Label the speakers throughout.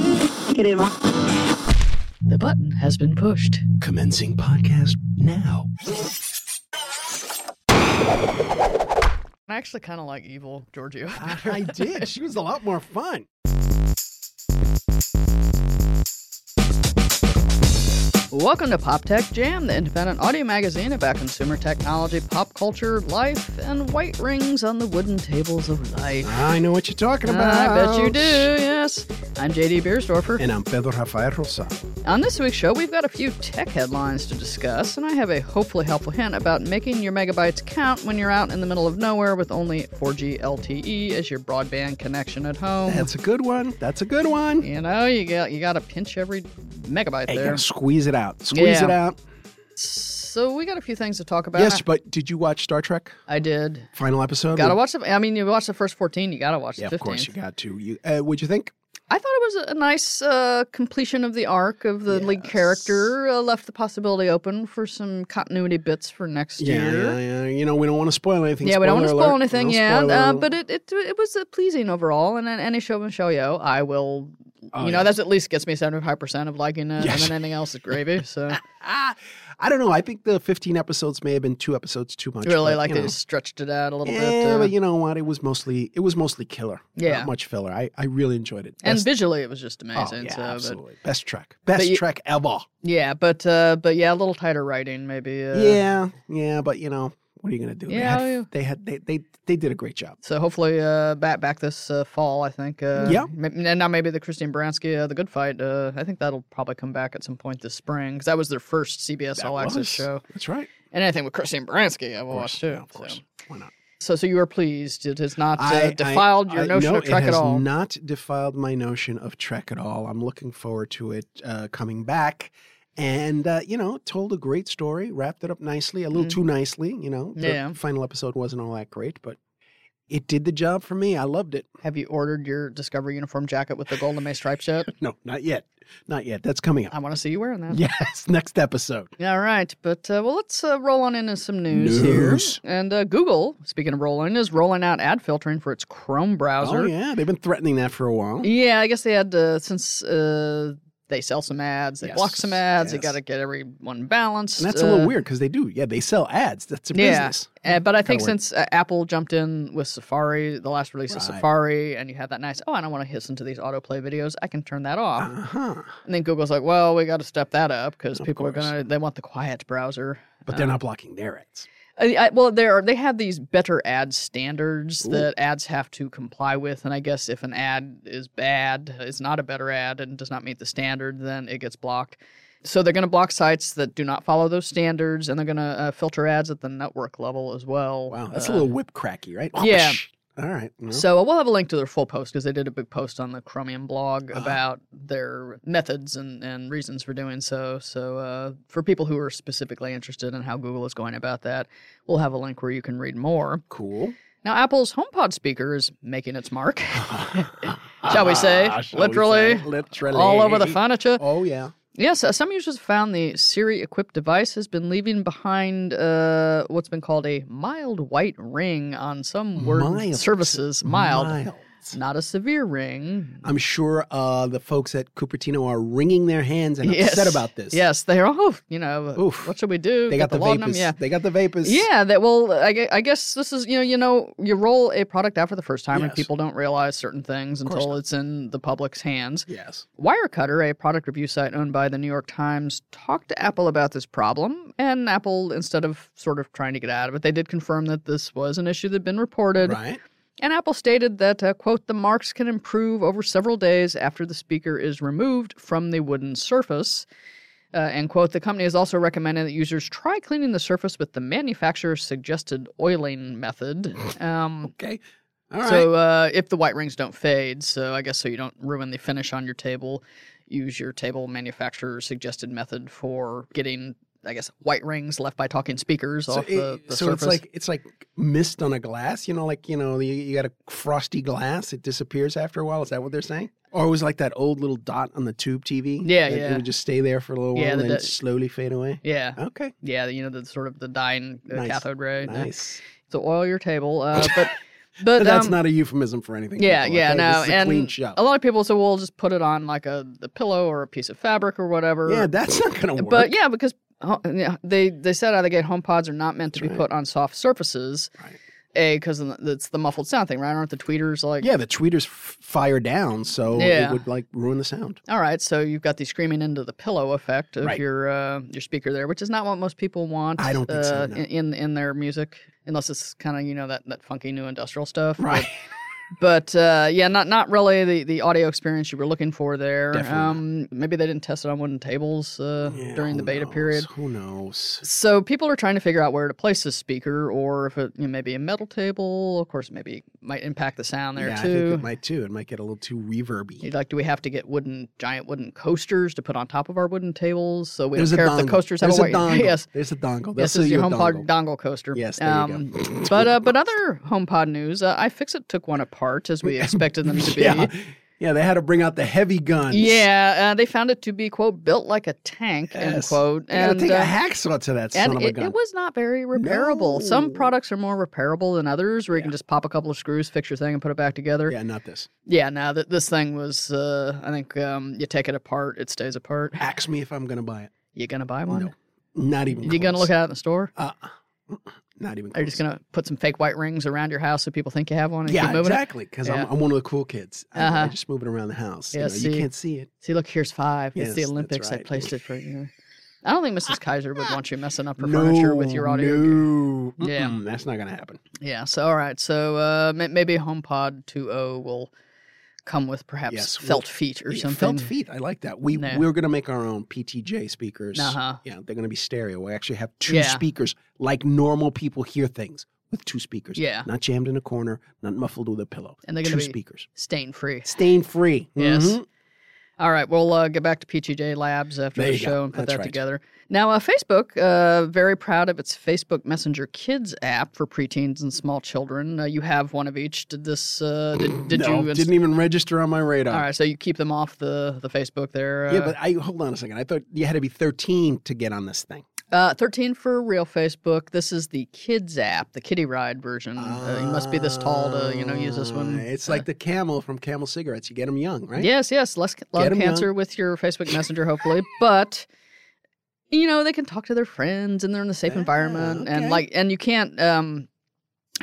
Speaker 1: negative.
Speaker 2: The button has been pushed.
Speaker 3: Commencing podcast now.
Speaker 2: I actually kind of like evil Giorgio.
Speaker 4: I, I did. She was a lot more fun.
Speaker 2: Welcome to Pop Tech Jam, the independent audio magazine about consumer technology, pop culture, life, and white rings on the wooden tables of life.
Speaker 4: I know what you're talking about.
Speaker 2: I bet you do, yes. I'm JD Beersdorfer.
Speaker 4: And I'm Pedro Rafael Rosa.
Speaker 2: On this week's show, we've got a few tech headlines to discuss, and I have a hopefully helpful hint about making your megabytes count when you're out in the middle of nowhere with only 4G LTE E as your broadband connection at home.
Speaker 4: That's a good one. That's a good one.
Speaker 2: you know, you got you got to pinch every megabyte
Speaker 4: Hey,
Speaker 2: there.
Speaker 4: gotta squeeze it out. Squeeze
Speaker 2: Yeah.
Speaker 4: it out.
Speaker 2: So we got a few things to talk about.
Speaker 4: yes, but did you watch Star Trek
Speaker 2: I did.
Speaker 4: final episode?
Speaker 2: Gotta watch the. I mean, you watch the first fourteen. You gotta watch
Speaker 4: Yeah,
Speaker 2: the
Speaker 4: of
Speaker 2: fifteen.
Speaker 4: course you got to. You, uh, what'd you think?
Speaker 2: I thought it was a nice uh, completion of the arc of the lead
Speaker 4: Yes.
Speaker 2: character. Uh, left the possibility open for some continuity bits for next
Speaker 4: Yeah,
Speaker 2: year.
Speaker 4: yeah, yeah. You know, we don't want to spoil anything.
Speaker 2: Yeah, we don't want to
Speaker 4: Spoiler
Speaker 2: spoil
Speaker 4: alert.
Speaker 2: anything
Speaker 4: No
Speaker 2: yet,
Speaker 4: spoiler
Speaker 2: uh,
Speaker 4: alert.
Speaker 2: but it, it it was uh, pleasing overall. And then any show and show yo, I will.
Speaker 4: Oh,
Speaker 2: you know,
Speaker 4: yeah.
Speaker 2: that's at least gets me seventy five percent of liking it,
Speaker 4: Yes.
Speaker 2: and then anything else is gravy. So
Speaker 4: Ah, I don't know. I think the 15 episodes may have been two episodes too much.
Speaker 2: really
Speaker 4: but,
Speaker 2: like
Speaker 4: you
Speaker 2: they
Speaker 4: know.
Speaker 2: stretched it out a little
Speaker 4: yeah,
Speaker 2: bit. uh,
Speaker 4: but you know what? It was mostly it was mostly killer.
Speaker 2: Yeah.
Speaker 4: not much filler. I, I really enjoyed it.
Speaker 2: and
Speaker 4: Best-
Speaker 2: visually, it was just
Speaker 4: oh,
Speaker 2: amazing.
Speaker 4: yeah,
Speaker 2: so, but-
Speaker 4: absolutely. Best track, best
Speaker 2: you-
Speaker 4: track ever.
Speaker 2: Yeah, but uh, but yeah, a little tighter writing maybe. Uh,
Speaker 4: yeah, yeah, but you know what are you gonna do?
Speaker 2: Yeah,
Speaker 4: they
Speaker 2: yeah.
Speaker 4: had, they, had they, they they did a great job.
Speaker 2: So hopefully, uh, back back this uh, fall, I think. Uh,
Speaker 4: Yeah.
Speaker 2: ma- And now maybe the Christine Baranski, uh, the Good Fight. Uh, I think that'll probably come back at some point this spring because that was their first CBS
Speaker 4: That
Speaker 2: All Access
Speaker 4: was-
Speaker 2: show.
Speaker 4: That's right.
Speaker 2: And anything with Christine Baranski, I've
Speaker 4: Of course,
Speaker 2: watched too.
Speaker 4: yeah, of course.
Speaker 2: So.
Speaker 4: Why not?
Speaker 2: so, so you are pleased it has not uh,
Speaker 4: I- I-
Speaker 2: defiled your
Speaker 4: I-
Speaker 2: notion
Speaker 4: no,
Speaker 2: of Trek
Speaker 4: it
Speaker 2: at
Speaker 4: has
Speaker 2: all.
Speaker 4: Not defiled my notion of Trek at all. I'm looking forward to it uh, coming back. And uh, you know, told a great story, wrapped it up nicely, a little
Speaker 2: Mm.
Speaker 4: too nicely. You know, the
Speaker 2: Yeah.
Speaker 4: final episode wasn't all that great, but it did the job for me. I loved it.
Speaker 2: Have you ordered your Discovery uniform jacket with the Golden May stripes yet?
Speaker 4: No, not yet, not yet. That's coming up.
Speaker 2: I want to see you wearing that.
Speaker 4: Yes, next episode.
Speaker 2: All right, but uh, well, let's uh, roll on into some news,
Speaker 4: News.
Speaker 2: here. And uh, Google, speaking of rolling, is rolling out ad filtering for its Chrome browser.
Speaker 4: Oh yeah, they've been threatening that for a while.
Speaker 2: Yeah, I guess they had to, since uh, they sell some ads, they block
Speaker 4: Yes,
Speaker 2: some ads, they
Speaker 4: yes.
Speaker 2: got to get everyone balanced.
Speaker 4: And that's a little
Speaker 2: uh,
Speaker 4: weird because they do. Yeah, they sell ads. That's a
Speaker 2: Yeah.
Speaker 4: business.
Speaker 2: uh, but I think
Speaker 4: weird.
Speaker 2: since uh, Apple jumped in with Safari, the last release of
Speaker 4: Right.
Speaker 2: Safari, and you have that nice, oh, I don't want to listen to these autoplay videos, I can turn that off.
Speaker 4: Uh huh.
Speaker 2: And then Google's like, well, we got to step that up because
Speaker 4: Of
Speaker 2: people are
Speaker 4: course.
Speaker 2: going to, they want the quiet browser.
Speaker 4: But
Speaker 2: Uh.
Speaker 4: they're not blocking their ads.
Speaker 2: I, I, Uh, well, there are they have these better ad standards
Speaker 4: Ooh.
Speaker 2: that ads have to comply with, and I guess if an ad is bad, is not a better ad, and does not meet the standard, then it gets blocked. So they're going to block sites that do not follow those standards, and they're going to uh, filter ads at the network level as well.
Speaker 4: Wow, that's
Speaker 2: Uh,
Speaker 4: a little whip cracky, right? Oh,
Speaker 2: yeah.
Speaker 4: All right. well.
Speaker 2: So uh, we'll have a link to their full post because they did a big post on the Chromium blog
Speaker 4: Ah.
Speaker 2: about their methods and, and reasons for doing so. So uh, for people who are specifically interested in how Google is going about that, we'll have a link where you can read more.
Speaker 4: Cool.
Speaker 2: Now, Apple's HomePod speaker is making its mark, shall we say,
Speaker 4: Ah, shall we
Speaker 2: literally,
Speaker 4: say, literally.
Speaker 2: all over the furniture.
Speaker 4: Oh yeah.
Speaker 2: Yes, uh, some users found the Siri equipped device has been leaving behind uh, what's been called a mild white ring on some word
Speaker 4: Mild.
Speaker 2: services. Mild.
Speaker 4: Mild.
Speaker 2: Not a severe ring.
Speaker 4: I'm sure uh, the folks at Cupertino are wringing their hands and
Speaker 2: yes.
Speaker 4: upset about this.
Speaker 2: Yes, they're, oh, you know,
Speaker 4: Oof.
Speaker 2: what should we do?
Speaker 4: They got the,
Speaker 2: law
Speaker 4: vapors.
Speaker 2: num- Yeah.
Speaker 4: They got the vapors.
Speaker 2: Yeah, that well, I, gue- I guess this is you know you know you roll a product out for the first time and
Speaker 4: Yes.
Speaker 2: people don't realize certain things
Speaker 4: course
Speaker 2: until it's in the public's hands.
Speaker 4: Yes.
Speaker 2: Wirecutter, a product review site owned by the New York Times, talked to Apple about this problem, and Apple, instead of sort of trying to get out of it, they did confirm that this was an issue that had been reported.
Speaker 4: Right.
Speaker 2: And Apple stated that, uh, quote, the marks can improve over several days after the speaker is removed from the wooden surface. Uh, and, quote, the company is also recommending that users try cleaning the surface with the manufacturer's suggested oiling method. Um,
Speaker 4: Okay. All right.
Speaker 2: so, uh, if the white rings don't fade, so I guess so you don't ruin the finish on your table, use your table manufacturer's suggested method for getting, I guess, white rings left by talking speakers
Speaker 4: So
Speaker 2: off the,
Speaker 4: it-
Speaker 2: the
Speaker 4: so
Speaker 2: surface.
Speaker 4: it's like it's like mist on a glass, you know, like you know, you, you got a frosty glass, it disappears after a while. Is that what they're saying? Or it was like that old little dot on the tube TV.
Speaker 2: Yeah,
Speaker 4: that
Speaker 2: yeah.
Speaker 4: It would just stay there for a little
Speaker 2: Yeah,
Speaker 4: while and
Speaker 2: the
Speaker 4: then
Speaker 2: di-
Speaker 4: slowly fade away.
Speaker 2: yeah.
Speaker 4: Okay,
Speaker 2: Yeah, you know the sort of the dying uh,
Speaker 4: Oh. Nice.
Speaker 2: cathode ray.
Speaker 4: nice.
Speaker 2: So oil your table, uh, but But
Speaker 4: that's
Speaker 2: um,
Speaker 4: not a euphemism for anything.
Speaker 2: Yeah,
Speaker 4: people,
Speaker 2: yeah,
Speaker 4: okay?
Speaker 2: no,
Speaker 4: This is a
Speaker 2: and
Speaker 4: clean shot.
Speaker 2: a lot of people say, "Well, just put it on like a the pillow or a piece of fabric or whatever."
Speaker 4: Yeah, that's not going to work.
Speaker 2: but yeah, because ho- yeah, they they said out of the gate, home pods are not meant to
Speaker 4: That's
Speaker 2: be
Speaker 4: right.
Speaker 2: put on soft surfaces.
Speaker 4: Right.
Speaker 2: A because it's the muffled sound thing, right? Aren't the tweeters like?
Speaker 4: yeah, the tweeters f- fire down, so
Speaker 2: Yeah.
Speaker 4: it would like ruin the sound.
Speaker 2: All right, so you've got the screaming into the pillow effect of
Speaker 4: Right.
Speaker 2: your uh, your speaker there, which is not what most people want.
Speaker 4: I don't think so,
Speaker 2: uh,
Speaker 4: no.
Speaker 2: in in their music, unless it's kind of you know that that funky new industrial stuff.
Speaker 4: Right.
Speaker 2: But uh, yeah, not not really the, the audio experience you were looking for there.
Speaker 4: Definitely not.
Speaker 2: Um, maybe they didn't test it on wooden tables uh,
Speaker 4: Yeah,
Speaker 2: during the
Speaker 4: who
Speaker 2: beta
Speaker 4: knows?
Speaker 2: period.
Speaker 4: Who knows?
Speaker 2: So people are trying to figure out where to place this speaker, or if it you know, maybe a metal table. Of course, maybe it might impact the sound there
Speaker 4: yeah, I think
Speaker 2: too.
Speaker 4: it might too. It might get a little too reverby.
Speaker 2: You'd like, do we have to get wooden giant wooden coasters to put on top of our wooden tables? So we
Speaker 4: There's
Speaker 2: don't
Speaker 4: a
Speaker 2: care
Speaker 4: dongle.
Speaker 2: if the coasters have
Speaker 4: There's
Speaker 2: a
Speaker 4: a
Speaker 2: white.
Speaker 4: dongle.
Speaker 2: yes,
Speaker 4: There's a dongle. They'll
Speaker 2: yes,
Speaker 4: sell
Speaker 2: this is your
Speaker 4: you a
Speaker 2: HomePod
Speaker 4: dongle.
Speaker 2: dongle coaster.
Speaker 4: Yes, there you go.
Speaker 2: but uh, but other HomePod news, uh, iFixit took one apart as we expected them to be.
Speaker 4: yeah, yeah. They had to bring out the heavy guns.
Speaker 2: Yeah, uh, they found it to be quote built like a tank end
Speaker 4: Yes.
Speaker 2: quote,
Speaker 4: You gotta
Speaker 2: and
Speaker 4: take
Speaker 2: uh,
Speaker 4: a hacksaw to that son
Speaker 2: and
Speaker 4: of a
Speaker 2: it,
Speaker 4: gun.
Speaker 2: it was not very repairable. Some
Speaker 4: No.
Speaker 2: products are more repairable than others, where you can just pop a couple of screws, fix your thing, and put it back together.
Speaker 4: yeah, not this.
Speaker 2: Yeah, no, th- this thing was. Uh, I think um, you take it apart, it stays apart.
Speaker 4: Ask me if I'm gonna buy it.
Speaker 2: You gonna buy one?
Speaker 4: No, not even.
Speaker 2: You gonna look at it in the store?
Speaker 4: Uh, uh-uh. not even.
Speaker 2: Are
Speaker 4: Close.
Speaker 2: you just gonna put some fake white rings around your house so people think you have one and keep
Speaker 4: Yeah,
Speaker 2: moving it?
Speaker 4: exactly. Because
Speaker 2: Yeah.
Speaker 4: I'm, I'm one of the cool kids. I, I
Speaker 2: Uh-huh.
Speaker 4: just move it around the house.
Speaker 2: Yeah,
Speaker 4: you, know, you
Speaker 2: see.
Speaker 4: can't see it.
Speaker 2: See, look, here's five. it's
Speaker 4: Yes,
Speaker 2: the
Speaker 4: that's
Speaker 2: Olympics. I
Speaker 4: right.
Speaker 2: placed it for you. I don't think Mrs. Kaiser would want you messing up her
Speaker 4: no,
Speaker 2: furniture with your audio.
Speaker 4: No.
Speaker 2: Yeah.
Speaker 4: Mm-mm, that's not gonna happen.
Speaker 2: Yeah. So all right. So uh, may- maybe HomePod 2.0 will come with perhaps
Speaker 4: Yes,
Speaker 2: felt feet or
Speaker 4: Yeah,
Speaker 2: something.
Speaker 4: Felt feet. I like that. We
Speaker 2: No.
Speaker 4: we're gonna make our own PTJ speakers.
Speaker 2: Uh-huh.
Speaker 4: Yeah, they're gonna be stereo. We actually have two
Speaker 2: Yeah.
Speaker 4: speakers, like normal people hear things with two speakers.
Speaker 2: Yeah.
Speaker 4: Not jammed in a corner, not muffled with a pillow.
Speaker 2: And they're
Speaker 4: two
Speaker 2: gonna be-
Speaker 4: speakers,
Speaker 2: Stain free.
Speaker 4: stain free.
Speaker 2: Yes.
Speaker 4: Mhm.
Speaker 2: All right. We'll uh, get back to PTJ Labs after
Speaker 4: There
Speaker 2: the
Speaker 4: you go,
Speaker 2: show and put
Speaker 4: that's
Speaker 2: that
Speaker 4: right.
Speaker 2: together. Now, uh, Facebook, uh, very proud of its Facebook Messenger Kids app for preteens and small children. Uh, you have one of each. Did this? Uh, did, did
Speaker 4: no,
Speaker 2: you? ins-
Speaker 4: didn't even register on my radar.
Speaker 2: all right. So you keep them off the the Facebook there. Uh,
Speaker 4: Yeah, but I hold on a second. I thought you had to be 13 to get on this thing.
Speaker 2: Uh, 13 for real Facebook. This is the kids app, the kitty ride version. Uh, you must be this tall to, you know, use this one.
Speaker 4: Ah, It's
Speaker 2: Uh,
Speaker 4: like the Camel from Camel cigarettes. You get them young, right?
Speaker 2: Yes, yes, less c- lung
Speaker 4: 'em young.
Speaker 2: cancer with your Facebook Messenger, hopefully. but you know, they can talk to their friends and they're in a safe
Speaker 4: Ah,
Speaker 2: environment, and
Speaker 4: okay.
Speaker 2: like, and you can't. um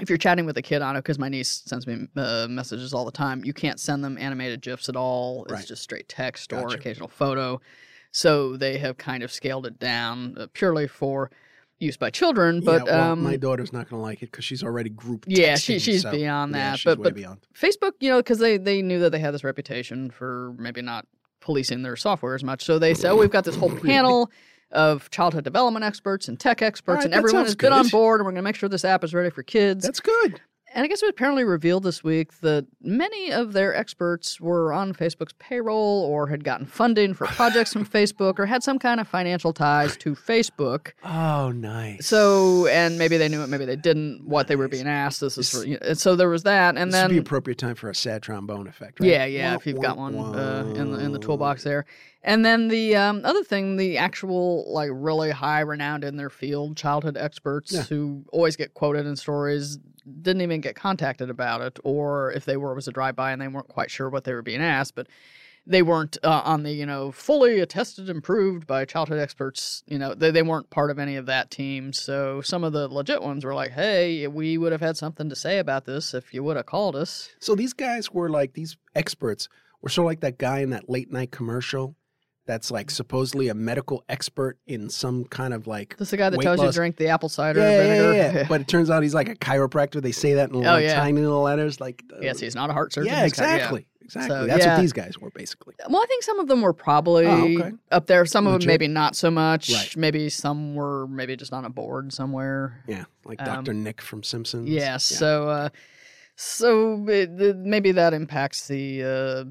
Speaker 2: if you're chatting with a kid on it, because my niece sends me uh, messages all the time, you can't send them animated GIFs at all. It's
Speaker 4: Right.
Speaker 2: just straight text or
Speaker 4: Gotcha.
Speaker 2: occasional photo. So they have kind of scaled it down uh, purely for use by children.
Speaker 4: Yeah,
Speaker 2: But
Speaker 4: well,
Speaker 2: um,
Speaker 4: my daughter's not going to like it because she's already group.
Speaker 2: yeah, she,
Speaker 4: texting,
Speaker 2: she's
Speaker 4: so-
Speaker 2: beyond
Speaker 4: Yeah,
Speaker 2: that.
Speaker 4: she's
Speaker 2: but
Speaker 4: way
Speaker 2: but
Speaker 4: beyond.
Speaker 2: Facebook, you know, because they they knew that they had this reputation for maybe not policing their software as much. So they said, oh, we've got this whole
Speaker 4: Really?
Speaker 2: panel of childhood development experts and tech experts,
Speaker 4: right,
Speaker 2: and
Speaker 4: that
Speaker 2: everyone
Speaker 4: sounds
Speaker 2: has been on
Speaker 4: good.
Speaker 2: board, and we're going to make sure this app is ready for kids.
Speaker 4: That's good.
Speaker 2: and I guess it was apparently revealed this week that many of their experts were on Facebook's payroll or had gotten funding for projects from Facebook or had some kind of financial ties to Facebook.
Speaker 4: Oh, nice.
Speaker 2: So, and maybe they knew it, maybe they didn't. What they were being asked. This is, for, you know, and so there was that, and
Speaker 4: this
Speaker 2: then
Speaker 4: would be appropriate time for a sad trombone effect, right?
Speaker 2: yeah, yeah. if you've got one uh, in the in the toolbox there, and then the um, other thing, the actual like really high, renowned in their field, childhood experts
Speaker 4: Yeah.
Speaker 2: who always get quoted in stories didn't even get contacted about it, or if they were, it was a drive by and they weren't quite sure what they were being asked, but. They weren't uh, on the, you know, fully attested and proved by childhood experts. You know, they, they weren't part of any of that team. So some of the legit ones were like, hey, we would have had something to say about this if you would have called us.
Speaker 4: So these guys were like these experts were sort of like that guy in that late night commercial that's like supposedly a medical expert in some kind of like
Speaker 2: This is the guy that
Speaker 4: weight
Speaker 2: tells you to
Speaker 4: loss.
Speaker 2: drink the apple cider
Speaker 4: yeah, yeah,
Speaker 2: vinegar.
Speaker 4: yeah, yeah. but it turns out he's like a chiropractor. They say that in little,
Speaker 2: Oh, yeah.
Speaker 4: tiny little letters, like uh,
Speaker 2: yes, he's not a heart surgeon.
Speaker 4: yeah,
Speaker 2: He's got-
Speaker 4: exactly, exactly.
Speaker 2: So,
Speaker 4: That's
Speaker 2: yeah.
Speaker 4: what these guys were basically.
Speaker 2: Well, I think some of them were probably
Speaker 4: Oh, okay.
Speaker 2: up there. Some of them
Speaker 4: Legit.
Speaker 2: maybe not so much.
Speaker 4: Right.
Speaker 2: Maybe some were maybe just on a board somewhere.
Speaker 4: Yeah, like
Speaker 2: Um,
Speaker 4: Doctor Nick from Simpsons.
Speaker 2: Yeah. So, uh, so it, th- maybe that impacts the uh,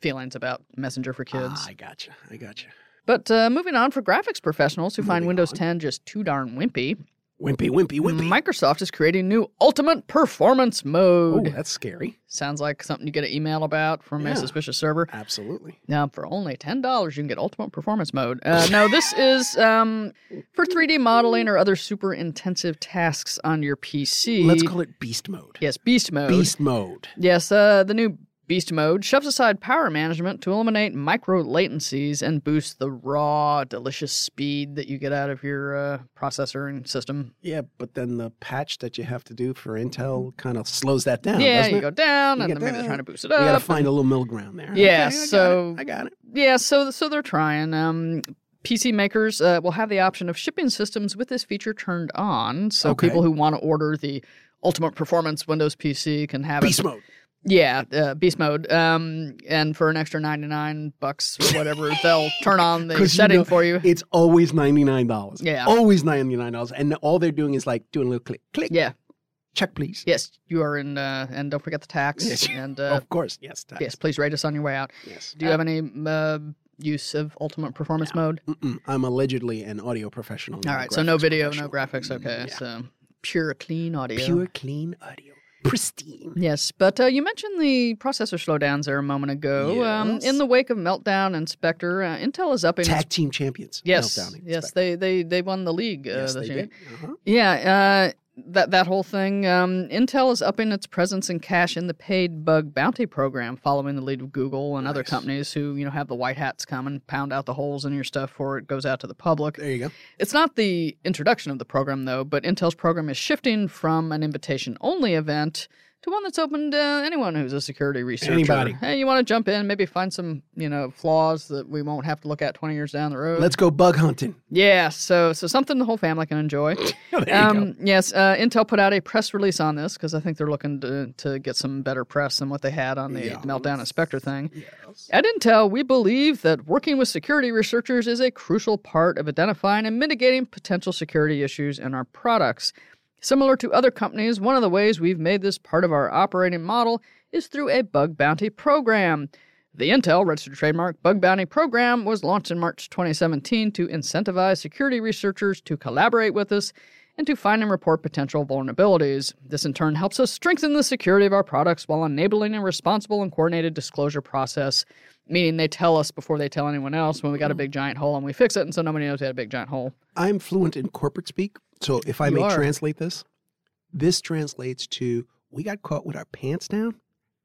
Speaker 2: feelings about Messenger for kids.
Speaker 4: Ah, I gotcha. I gotcha.
Speaker 2: But uh, moving on for graphics professionals who find
Speaker 4: Moving
Speaker 2: Windows
Speaker 4: on.
Speaker 2: 10 just too darn wimpy,
Speaker 4: Wimpy, wimpy, wimpy.
Speaker 2: Microsoft is creating new ultimate performance
Speaker 4: oh,
Speaker 2: mode.
Speaker 4: that's scary.
Speaker 2: Sounds like something you get an email about from
Speaker 4: Yeah.
Speaker 2: a suspicious server.
Speaker 4: Absolutely.
Speaker 2: Now, for only ten dollars, you can get Ultimate Performance Mode. Uh, no, this is um, for 3D modeling or other super intensive tasks on your PC.
Speaker 4: Let's call it beast mode.
Speaker 2: yes, Beast Mode.
Speaker 4: Beast mode.
Speaker 2: Yes, uh, the new Beast Mode shoves aside power management to eliminate micro latencies and boost the raw, delicious speed that you get out of your uh, processor and system.
Speaker 4: Yeah, but then the patch that you have to do for Intel kind of slows that down.
Speaker 2: yeah,
Speaker 4: doesn't
Speaker 2: you
Speaker 4: it?
Speaker 2: go down,
Speaker 4: You
Speaker 2: and
Speaker 4: get
Speaker 2: then maybe they're
Speaker 4: down.
Speaker 2: trying to boost it
Speaker 4: You
Speaker 2: up.
Speaker 4: got to find a little middle ground there.
Speaker 2: Yeah,
Speaker 4: I got it.
Speaker 2: so-
Speaker 4: I got it.
Speaker 2: Yeah, so so they're trying. Um, PC makers uh, will have the option of shipping systems with this feature turned on, so
Speaker 4: Okay.
Speaker 2: people who want to order the ultimate performance Windows PC can have
Speaker 4: Beast
Speaker 2: it.
Speaker 4: mode.
Speaker 2: Yeah, uh, beast mode. Um, and for an extra ninety nine bucks or whatever, they'll turn on the
Speaker 4: 'Cause you
Speaker 2: setting
Speaker 4: know-
Speaker 2: for you.
Speaker 4: It's always ninety nine dollars.
Speaker 2: Yeah.
Speaker 4: always ninety nine dollars, and all they're doing is like doing a little click, click,
Speaker 2: Yeah.
Speaker 4: check, please.
Speaker 2: Yes, you are in, uh, and don't forget the tax.
Speaker 4: Yes. Oh.
Speaker 2: And uh,
Speaker 4: of course, yes, tax.
Speaker 2: yes, please rate us on your way out.
Speaker 4: yes.
Speaker 2: Do you have any uh, use of ultimate performance mode?
Speaker 4: Mm-mm, I'm allegedly an audio professional. not
Speaker 2: All
Speaker 4: a
Speaker 2: right, so no
Speaker 4: graphics
Speaker 2: video, no graphics.
Speaker 4: professional.
Speaker 2: Okay,
Speaker 4: Yeah.
Speaker 2: so pure clean audio.
Speaker 4: pure clean audio, pristine.
Speaker 2: Yes, but uh, you mentioned the processor slowdowns there a moment ago. Um,
Speaker 4: Yes.
Speaker 2: in the wake of Meltdown and Spectre, uh, Intel is upping. its-
Speaker 4: Tag team champions.
Speaker 2: yes,
Speaker 4: Meltdown,
Speaker 2: yes,
Speaker 4: expect.
Speaker 2: they, they they won the league uh,
Speaker 4: yes,
Speaker 2: this
Speaker 4: they
Speaker 2: year.
Speaker 4: did. Uh-huh.
Speaker 2: Yeah, uh, that that whole thing. Um, Intel is upping its presence and cash in the paid bug bounty program, following the lead of Google and other
Speaker 4: Nice.
Speaker 2: companies who you know have the white hats come and pound out the holes in your stuff before it goes out to the public.
Speaker 4: There you go.
Speaker 2: It's not the introduction of the program, though, but Intel's program is shifting from an invitation only event to one that's open to anyone who's a security researcher.
Speaker 4: Anybody.
Speaker 2: Hey, you want to jump in, maybe find some, you know, flaws that we won't have to look at 20 years down the road.
Speaker 4: Let's go bug hunting.
Speaker 2: yeah, so so something the whole family can enjoy.
Speaker 4: there you go.
Speaker 2: um, yes, uh, Intel put out a press release on this because I think they're looking to, to get some better press than what they had on the
Speaker 4: Yeah.
Speaker 2: Meltdown and Spectre thing.
Speaker 4: Yes.
Speaker 2: At Intel, we believe that working with security researchers is a crucial part of identifying and mitigating potential security issues in our products. Similar to other companies, one of the ways we've made this part of our operating model is through a bug bounty program. The Intel registered trademark bug bounty program was launched in March 2017 to incentivize security researchers to collaborate with us and to find and report potential vulnerabilities. This in turn helps us strengthen the security of our products while enabling a responsible and coordinated disclosure process, meaning they tell us before they tell anyone else when we
Speaker 4: Mm-hmm.
Speaker 2: got a big giant hole and we fix it, and so nobody knows we had a big giant hole.
Speaker 4: I'm fluent in corporate speak, so if I
Speaker 2: You
Speaker 4: may
Speaker 2: are.
Speaker 4: translate this, this translates to we got caught with our pants down,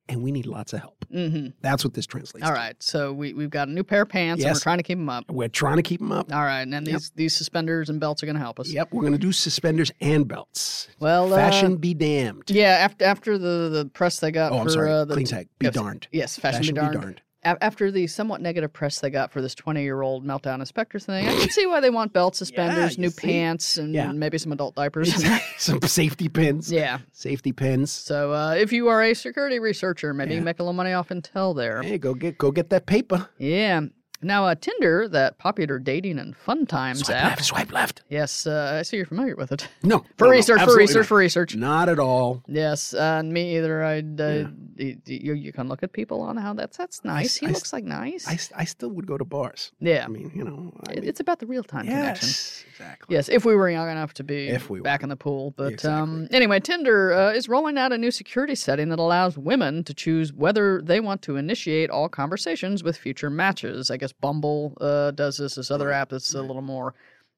Speaker 4: and we need lots of help.
Speaker 2: hmm
Speaker 4: That's what this translates.
Speaker 2: All
Speaker 4: to.
Speaker 2: right, so we, we've got a new pair of pants and we're
Speaker 4: Yes.
Speaker 2: trying to keep them up.
Speaker 4: We're trying to keep them up.
Speaker 2: All right, and then
Speaker 4: Yep.
Speaker 2: these, these suspenders and belts are going to help us.
Speaker 4: Yep, we're going to do suspenders and belts.
Speaker 2: Well, uh,
Speaker 4: Fashion be damned.
Speaker 2: Yeah, after after the, the press they got
Speaker 4: oh,
Speaker 2: for
Speaker 4: I'm sorry.
Speaker 2: Uh, the
Speaker 4: Clean tag. Be
Speaker 2: yes.
Speaker 4: darned.
Speaker 2: Yes, fashion, be darned. A- after the somewhat negative press they got for this 20 year old meltdown inspector thing, I can see why they want belt suspenders,
Speaker 4: you
Speaker 2: new
Speaker 4: see?
Speaker 2: pants, and
Speaker 4: Yeah.
Speaker 2: maybe some adult diapers.
Speaker 4: Some safety pins.
Speaker 2: yeah.
Speaker 4: Safety pins.
Speaker 2: So uh, if you are a security researcher, maybe you
Speaker 4: Yeah.
Speaker 2: can make a little money off Intel there.
Speaker 4: Hey, go get go get that paper.
Speaker 2: Yeah. Now, uh, Tinder, that popular dating and fun times
Speaker 4: Swipe
Speaker 2: app.
Speaker 4: left. Swipe left.
Speaker 2: Yes, uh, I see you're familiar with it.
Speaker 4: No,
Speaker 2: For
Speaker 4: no, no,
Speaker 2: research, for
Speaker 4: absolutely
Speaker 2: research, for research.
Speaker 4: Not. Not at all.
Speaker 2: Yes, uh, me either. I'd, uh, y- y- you, you can look at people on how that's that's nice. he
Speaker 4: I s-
Speaker 2: looks like nice.
Speaker 4: I, s- I still would go to bars.
Speaker 2: yeah,
Speaker 4: I mean, you know, I
Speaker 2: It-
Speaker 4: mean,
Speaker 2: it's about the real time connection.
Speaker 4: yes, exactly.
Speaker 2: Yes, if we were young enough to be
Speaker 4: If we were.
Speaker 2: back in the pool. But um,
Speaker 4: Exactly.
Speaker 2: anyway, Tinder uh, is rolling out a new security setting that allows women to choose whether they want to initiate all conversations with future matches. I guess Bumble uh, does this, this other app that's a little more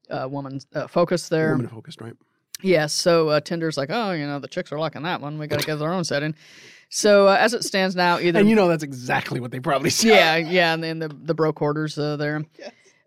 Speaker 2: uh, woman uh, focused there.
Speaker 4: Woman focused, right?
Speaker 2: Yeah, so uh, Tinder's like, oh, you know, the chicks are liking that one. We got to get their own setting. So uh, as it stands now, either.
Speaker 4: And you know, that's exactly what they probably said.
Speaker 2: yeah, yeah, and then the, the bro quarters uh, there.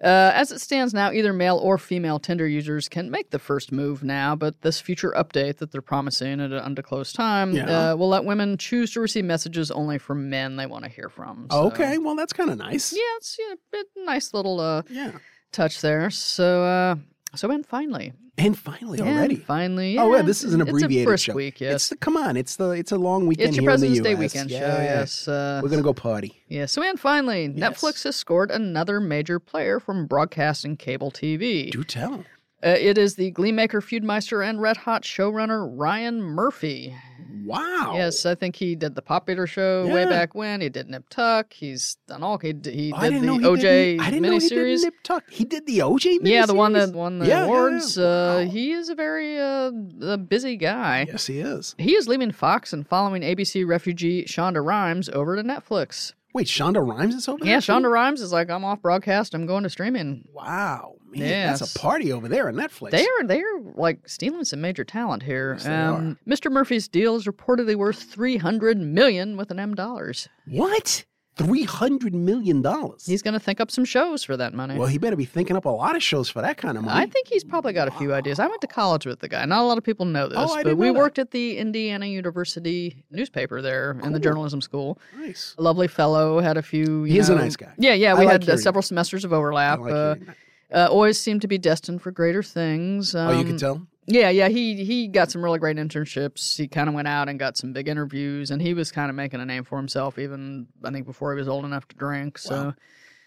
Speaker 2: Uh, as it stands now, either male or female Tinder users can make the first move now, but this future update that they're promising at an undisclosed time
Speaker 4: Yeah.
Speaker 2: uh, will let women choose to receive messages only from men they want to hear from. so-
Speaker 4: Okay, well, that's kind of nice.
Speaker 2: Yeah, it's yeah, a bit- nice little uh,
Speaker 4: Yeah.
Speaker 2: touch there. So, uh, so and finally,
Speaker 4: And finally,
Speaker 2: And
Speaker 4: already.
Speaker 2: finally.
Speaker 4: Oh, yeah,
Speaker 2: yeah,
Speaker 4: this is an
Speaker 2: it's a
Speaker 4: abbreviated
Speaker 2: brisk
Speaker 4: show.
Speaker 2: week. Yes,
Speaker 4: It's the, come on, it's the it's a long weekend
Speaker 2: It's your
Speaker 4: here in the
Speaker 2: President's Day
Speaker 4: US.
Speaker 2: weekend show.
Speaker 4: Yeah.
Speaker 2: Yes. Uh,
Speaker 4: We're gonna go party.
Speaker 2: Yeah, so and finally, Netflix
Speaker 4: Yes.
Speaker 2: has scored another major player from broadcast and cable TV.
Speaker 4: Do tell.
Speaker 2: Uh, it is the Gleemaker, Feudmeister, and Red Hot showrunner Ryan Murphy.
Speaker 4: Wow.
Speaker 2: Yes, I think he did the popular show way
Speaker 4: Yeah.
Speaker 2: back when. He did Nip Tuck. He's done all. He did, he
Speaker 4: Oh, I
Speaker 2: did
Speaker 4: didn't
Speaker 2: the
Speaker 4: know he
Speaker 2: OJ
Speaker 4: did, I didn't know he
Speaker 2: miniseries.
Speaker 4: did Nip Tuck. He did the OJ miniseries.
Speaker 2: yeah, the one that won the
Speaker 4: Yeah, yeah, yeah.
Speaker 2: awards. Uh,
Speaker 4: Wow.
Speaker 2: He is a very uh, a busy guy.
Speaker 4: Yes, he is.
Speaker 2: He is leaving Fox and following ABC refugee Shonda Rhimes over to Netflix.
Speaker 4: Wait, Shonda Rhimes is over there.
Speaker 2: Yeah,
Speaker 4: too?
Speaker 2: Shonda Rhimes is like, I'm off broadcast. I'm going to streaming.
Speaker 4: Wow, man,
Speaker 2: Yes.
Speaker 4: that's a party over there on Netflix.
Speaker 2: They are they are like stealing some major talent here.
Speaker 4: Yes, they
Speaker 2: Mr. Murphy's deal is reportedly worth 300 million with an M dollars.
Speaker 4: What? Three hundred million dollars.
Speaker 2: He's going to think up some shows for that money.
Speaker 4: Well, he better be thinking up a lot of shows for that kind of money.
Speaker 2: I think he's probably got a few ideas. I went to college with the guy. Not a lot of people know this,
Speaker 4: Oh, I
Speaker 2: but
Speaker 4: didn't
Speaker 2: we
Speaker 4: know that.
Speaker 2: worked at the Indiana University newspaper there in the
Speaker 4: Cool.
Speaker 2: journalism school.
Speaker 4: nice.
Speaker 2: A lovely fellow, had a few. you
Speaker 4: He's a
Speaker 2: know-
Speaker 4: nice guy.
Speaker 2: Yeah, yeah.
Speaker 4: I
Speaker 2: We
Speaker 4: like
Speaker 2: had uh,
Speaker 4: hearing
Speaker 2: several semesters of
Speaker 4: I
Speaker 2: overlap.
Speaker 4: like
Speaker 2: uh,
Speaker 4: hearing
Speaker 2: uh,
Speaker 4: that.
Speaker 2: always seemed to be destined for greater things. Um,
Speaker 4: oh, you can tell.
Speaker 2: Yeah, yeah. He he got some really great internships. He kind of went out and got some big interviews, and he was kind of making a name for himself. Even I think before he was old enough to drink. So,
Speaker 4: Wow.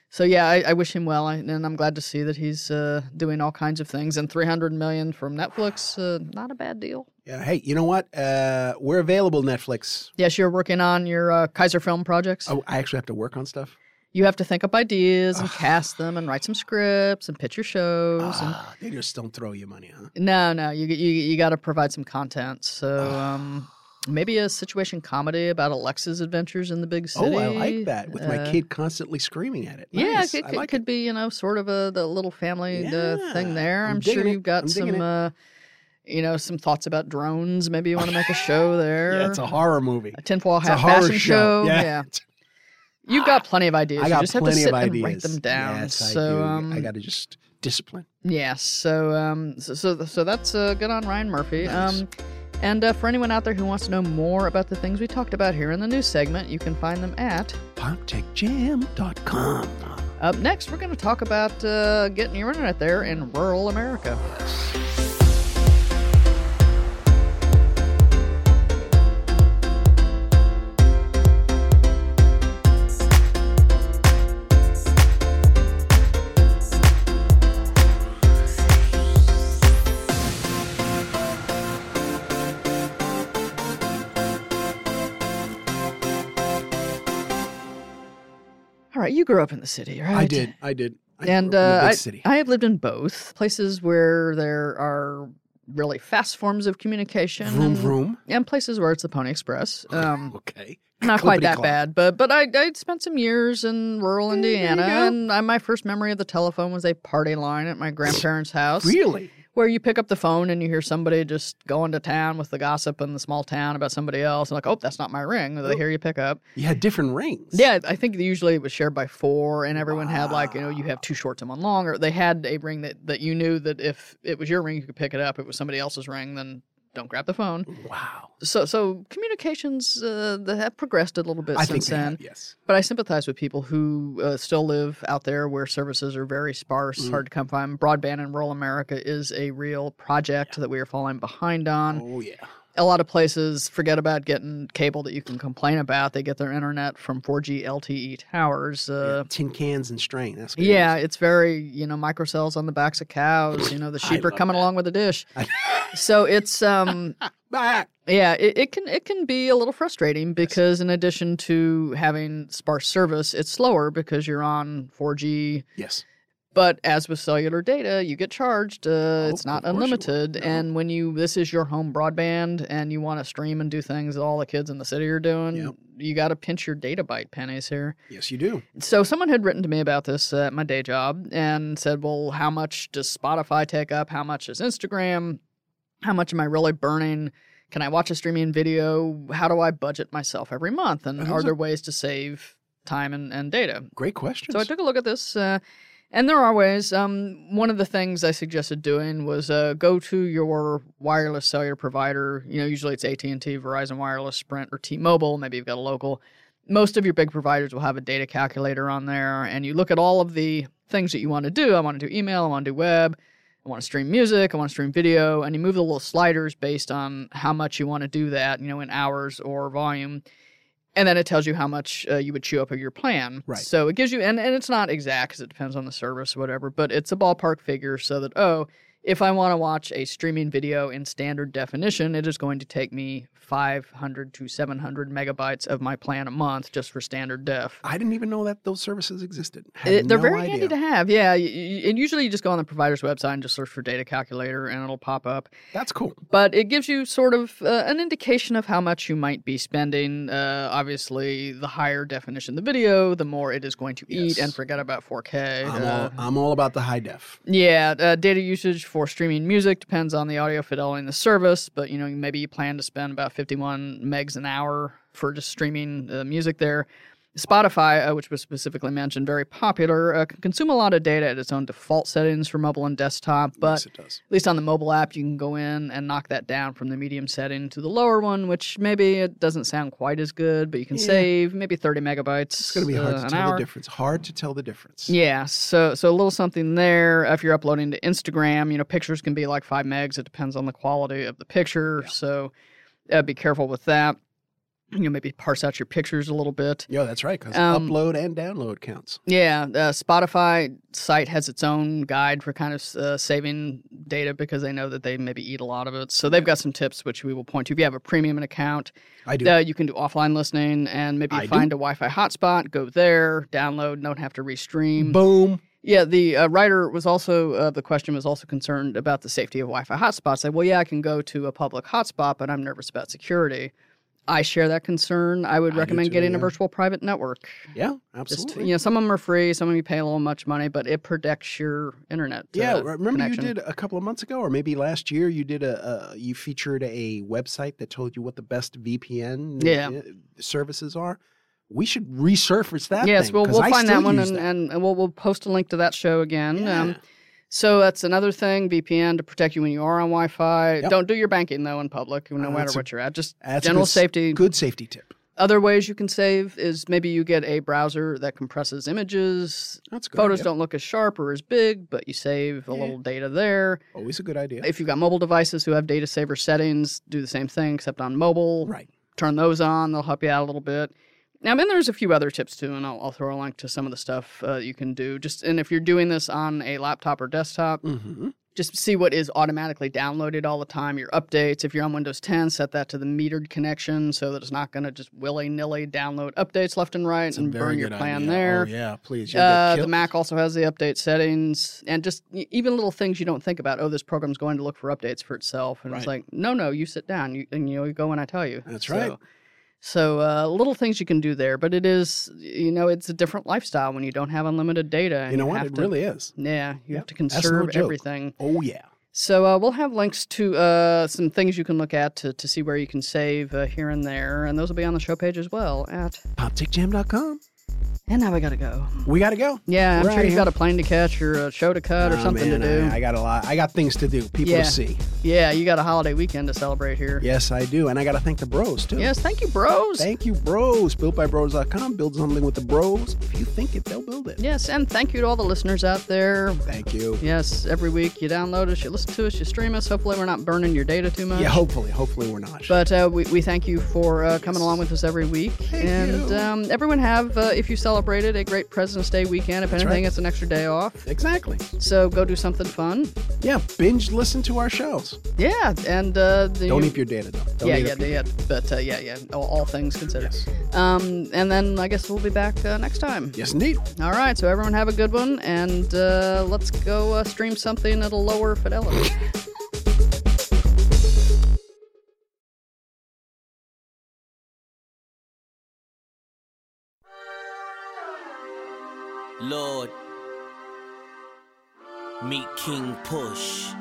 Speaker 2: so yeah, I, I wish him well, I- and I'm glad to see that he's uh, doing all kinds of things. And 300 million from Netflix, uh, not a bad deal.
Speaker 4: Yeah. Hey, you know what? Uh, we're available Netflix.
Speaker 2: Yes, you're working on your uh, Kaiser film projects.
Speaker 4: Oh, I actually have to work on stuff.
Speaker 2: You have to think up ideas and
Speaker 4: Ugh.
Speaker 2: cast them, and write some scripts and pitch your shows. and
Speaker 4: Ah, they just don't throw you money, huh?
Speaker 2: No, no, you you you got to provide some content. So um, maybe a situation comedy about Alexa's adventures in the big city.
Speaker 4: Oh, I like that with my
Speaker 2: Uh,
Speaker 4: kid constantly screaming at it.
Speaker 2: Yeah,
Speaker 4: Nice.
Speaker 2: it,
Speaker 4: I
Speaker 2: could-
Speaker 4: like
Speaker 2: could be you know sort of a the little family uh, thing
Speaker 4: Yeah,
Speaker 2: there. I'm,
Speaker 4: I'm
Speaker 2: sure
Speaker 4: digging it.
Speaker 2: you've got
Speaker 4: I'm digging
Speaker 2: some uh,
Speaker 4: it.
Speaker 2: you know some thoughts about drones. Maybe you want to make a show there.
Speaker 4: Yeah, it's a horror movie.
Speaker 2: a tinfoil
Speaker 4: It's a
Speaker 2: hat
Speaker 4: horror
Speaker 2: fashion show.
Speaker 4: Yeah.
Speaker 2: You've got plenty of ideas.
Speaker 4: I
Speaker 2: you
Speaker 4: got
Speaker 2: just have to
Speaker 4: plenty
Speaker 2: sit
Speaker 4: of
Speaker 2: and
Speaker 4: ideas.
Speaker 2: write them down.
Speaker 4: Yes, I
Speaker 2: so
Speaker 4: do.
Speaker 2: um,
Speaker 4: I got to just discipline.
Speaker 2: Yes. So, um, so, so, so that's uh, good on Ryan Murphy.
Speaker 4: Nice.
Speaker 2: Um, and uh, for anyone out there who wants to know more about the things we talked about here in the news segment, you can find them at.
Speaker 4: PopTechJam.com.
Speaker 2: Up next, we're going to talk about uh, getting your internet there in rural America. All right, you grew up in the city, right?
Speaker 4: I did. I did. I grew
Speaker 2: and
Speaker 4: up in
Speaker 2: uh,
Speaker 4: a big
Speaker 2: I,
Speaker 4: city.
Speaker 2: I have lived in both places where there are really fast forms of communication
Speaker 4: vroom
Speaker 2: and,
Speaker 4: vroom.
Speaker 2: and places where it's the Pony Express. Um,
Speaker 4: okay.
Speaker 2: not quite
Speaker 4: Clippity
Speaker 2: that
Speaker 4: clop.
Speaker 2: bad, but but I I spent some years in rural
Speaker 4: Yeah, there you
Speaker 2: Indiana,
Speaker 4: go.
Speaker 2: and I, my first memory of the telephone was a party line at my grandparents' house,
Speaker 4: Really?
Speaker 2: where you pick up the phone and you hear somebody just going to town with the gossip in the small town about somebody else, and like, oh, that's not my ring. They hear you pick up.
Speaker 4: You had different rings.
Speaker 2: Yeah, I think usually it was shared by four, and everyone had like you know you have two shorts and one long, or they had a ring that that you knew that if it was your ring you could pick it up. If it was somebody else's ring, then don't grab the phone.
Speaker 4: Wow.
Speaker 2: So so communications uh, they have progressed a little bit
Speaker 4: I think
Speaker 2: since
Speaker 4: they
Speaker 2: then.
Speaker 4: have, yes.
Speaker 2: But I sympathize with people who uh, still live out there where services are very sparse,
Speaker 4: Mm-hmm.
Speaker 2: hard to come by. And Broadband in rural America is a real project that we are falling behind on.
Speaker 4: Oh yeah.
Speaker 2: A lot of places forget about getting cable that you can complain about. They get their internet from 4G LTE E towers. Uh,
Speaker 4: Tin cans and strain. That's what it
Speaker 2: yeah.
Speaker 4: is.
Speaker 2: it's very, you know, microcells on the backs of cows. You know, the
Speaker 4: I
Speaker 2: sheep are
Speaker 4: love
Speaker 2: coming
Speaker 4: that.
Speaker 2: along with a dish.
Speaker 4: I-
Speaker 2: so it's um
Speaker 4: Bah!
Speaker 2: yeah, it, it can it can be a little frustrating because in addition to having sparse service, it's slower because you're on 4G.
Speaker 4: Yes.
Speaker 2: But as with cellular data, you get charged. Uh, it's not
Speaker 4: Oh, of course you Uh-huh. will.
Speaker 2: unlimited.
Speaker 4: No.
Speaker 2: And when you this is your home broadband and you want to stream and do things that all the kids in the city are doing,
Speaker 4: Yep.
Speaker 2: you got to pinch your data byte pennies here.
Speaker 4: Yes, you do.
Speaker 2: So someone had written to me about this uh, at my day job and said, "Well, how much does Spotify take up? How much is Instagram? How much am I really burning? Can I watch a streaming video? How do I budget myself every month? And
Speaker 4: Those
Speaker 2: are
Speaker 4: are-
Speaker 2: there ways to save time and, and data?"
Speaker 4: Great questions.
Speaker 2: So I took a look at this, uh, and there are ways. Um, one of the things I suggested doing was uh, go to your wireless cellular provider. You know, usually it's AT and T, Verizon Wireless, Sprint, or T-Mobile. Maybe you've got a local. Most of your big providers will have a data calculator on there, and you look at all of the things that you want to do. I want to do email. I want to do web. I want to stream music. I want to stream video, and you move the little sliders based on how much you want to do that. You know, in hours or volume and then it tells you how much uh, you would chew up of your plan.
Speaker 4: Right.
Speaker 2: So it gives you, and, and it's not exact because it depends on the service, whatever, but it's a ballpark figure so that, oh, If I want to watch a streaming video in standard definition, it is going to take me 500 to 700 megabytes of my plan a month just for standard def.
Speaker 4: I didn't even know that those services existed. Had
Speaker 2: It- they're
Speaker 4: no
Speaker 2: very
Speaker 4: idea.
Speaker 2: handy to have. Yeah. y- y- And usually you just go on the provider's website and just search for data calculator and it'll pop up.
Speaker 4: That's cool.
Speaker 2: But it gives you sort of uh, an indication of how much you might be spending. Uh, obviously, the higher definition the video, the more it is going to eat.
Speaker 4: Yes.
Speaker 2: And forget about 4K.
Speaker 4: I'm,
Speaker 2: uh,
Speaker 4: all, I'm all about the high def.
Speaker 2: yeah, uh, data usage for streaming music depends on the audio fidelity in the service, but you know maybe you plan to spend about 51 megs an hour for just streaming uh, music there. Spotify, uh, which was specifically mentioned, very popular, uh, can consume a lot of data at its own default settings for mobile and desktop, but
Speaker 4: yes, it does.
Speaker 2: at least on the mobile app, you can go in and knock that down from the medium setting to the lower one, which maybe it doesn't sound quite as good, but you can
Speaker 4: Yeah.
Speaker 2: save maybe 30 megabytes.
Speaker 4: It's going to be hard
Speaker 2: uh,
Speaker 4: to
Speaker 2: an
Speaker 4: tell
Speaker 2: hour.
Speaker 4: the difference. Hard to tell the difference.
Speaker 2: Yeah, so so a little something there. If you're uploading to Instagram, you know pictures can be like five megs. It depends on the quality of the picture, so uh, be careful with that. You know, maybe parse out your pictures a little bit.
Speaker 4: Yeah, that's right. Because
Speaker 2: Um,
Speaker 4: upload and download counts.
Speaker 2: Yeah, uh, Spotify site has its own guide for kind of uh, saving data because they know that they maybe eat a lot of it. So they've got some tips which we will point to. If you have a premium account,
Speaker 4: I do.
Speaker 2: uh, you can do offline listening and maybe
Speaker 4: I do.
Speaker 2: find a Wi-Fi hotspot, go there, download, don't have to restream.
Speaker 4: Boom.
Speaker 2: Yeah, the uh, writer was also uh, the question was also concerned about the safety of Wi-Fi hotspots. Like, well, yeah, I can go to a public hotspot, but I'm nervous about security. I share that concern. I would
Speaker 4: I do
Speaker 2: recommend
Speaker 4: too,
Speaker 2: getting a
Speaker 4: yeah.
Speaker 2: virtual private network.
Speaker 4: Yeah,
Speaker 2: Just
Speaker 4: absolutely.
Speaker 2: you know, some of them are free, some of them you pay a little much money, but it protects your internet.
Speaker 4: yeah,
Speaker 2: uh,
Speaker 4: re- remember
Speaker 2: connection.
Speaker 4: you did a couple of months ago, or maybe last year, you did a, a you featured a website that told you what the best VPN
Speaker 2: Yeah.
Speaker 4: uh, services are. We should resurface that.
Speaker 2: Yes,
Speaker 4: thing,
Speaker 2: we'll
Speaker 4: 'cause
Speaker 2: we'll
Speaker 4: I
Speaker 2: find that
Speaker 4: still
Speaker 2: one
Speaker 4: use
Speaker 2: and, and and we'll we'll post a link to that show again.
Speaker 4: Yeah.
Speaker 2: Um, so that's another thing, VPN to protect you when you are on Wi-Fi.
Speaker 4: Yep.
Speaker 2: Don't do your banking though in public, no
Speaker 4: Uh,
Speaker 2: matter
Speaker 4: that's a-
Speaker 2: what you're at. Just
Speaker 4: That's a
Speaker 2: general
Speaker 4: good s-
Speaker 2: safety.
Speaker 4: Good safety tip.
Speaker 2: Other ways you can save is maybe you get a browser that compresses images.
Speaker 4: That's good.
Speaker 2: Photos
Speaker 4: yeah.
Speaker 2: don't look as sharp or as big, but you save a
Speaker 4: Yeah.
Speaker 2: little data there.
Speaker 4: always a good idea.
Speaker 2: If you've got mobile devices who have data saver settings, do the same thing except on mobile.
Speaker 4: right.
Speaker 2: Turn those on, they'll help you out a little bit. Now, then there's a few other tips too, and I'll, I'll throw a link to some of the stuff uh, you can do. Just and if you're doing this on a laptop or desktop,
Speaker 4: Mm-hmm.
Speaker 2: just see what is automatically downloaded all the time your updates if you're on windows 10 set that to the metered connection so that it's not going to just willy-nilly download updates left and right and burn your plan there
Speaker 4: Oh, yeah, please. you'll get
Speaker 2: uh, the
Speaker 4: killed.
Speaker 2: mac also has the update settings and just e- even little things you don't think about oh this program's going to look for updates for itself and it's
Speaker 4: Right.
Speaker 2: like no no you sit down you, and you, know, you go when i tell you
Speaker 4: That's
Speaker 2: So-
Speaker 4: right.
Speaker 2: so uh, little things you can do there but it is you know it's a different lifestyle when you don't have unlimited data and
Speaker 4: You know what?
Speaker 2: have
Speaker 4: It
Speaker 2: to-
Speaker 4: really is.
Speaker 2: yeah you have to
Speaker 4: no
Speaker 2: conserve
Speaker 4: joke.
Speaker 2: everything
Speaker 4: Oh yeah.
Speaker 2: so uh, we'll have links to uh, some things you can look at to, to see where you can save uh, here and there, and those will be on the show page as well. At
Speaker 4: PopTechJam.com.
Speaker 2: and now we gotta go.
Speaker 4: We gotta go.
Speaker 2: Yeah, I'm
Speaker 4: We're
Speaker 2: sure
Speaker 4: outta
Speaker 2: you've
Speaker 4: here.
Speaker 2: got a plane to catch or a show to cut or
Speaker 4: Oh,
Speaker 2: something
Speaker 4: man,
Speaker 2: to do.
Speaker 4: I, I got a lot. I got things to do. People
Speaker 2: Yeah.
Speaker 4: to see.
Speaker 2: yeah, you got a holiday weekend to celebrate here.
Speaker 4: Yes, I do. And I gotta thank the bros too.
Speaker 2: Yes, thank you, bros.
Speaker 4: Thank you, bros. BuiltByBros.com. Build something with the bros. If you think it, they'll build it.
Speaker 2: yes, and thank you to all the listeners out there.
Speaker 4: Thank you.
Speaker 2: Yes, every week you download us, you listen to us, you stream us. Hopefully, we're not burning your data too much.
Speaker 4: Yeah, hopefully, hopefully we're not.
Speaker 2: But uh, we, we thank you for uh, coming along with us every week. and
Speaker 4: you.
Speaker 2: Um, everyone have, uh, if you celebrated, a great President's Day weekend. If anything,
Speaker 4: right.
Speaker 2: it's an extra day off.
Speaker 4: exactly.
Speaker 2: So go do something fun.
Speaker 4: Yeah, binge listen to our shows.
Speaker 2: Yeah. And uh, the,
Speaker 4: Don't eat your data though. Don't
Speaker 2: yeah,
Speaker 4: eat
Speaker 2: yeah,
Speaker 4: it.
Speaker 2: yeah. But uh, yeah, yeah. All, all things considered.
Speaker 4: Yes.
Speaker 2: Um, and then I guess we'll be back uh, next time.
Speaker 4: Yes, indeed.
Speaker 2: All right. So everyone have a good one. And uh, let's go uh, stream something at a lower fidelity.
Speaker 1: Lord, meet King Push.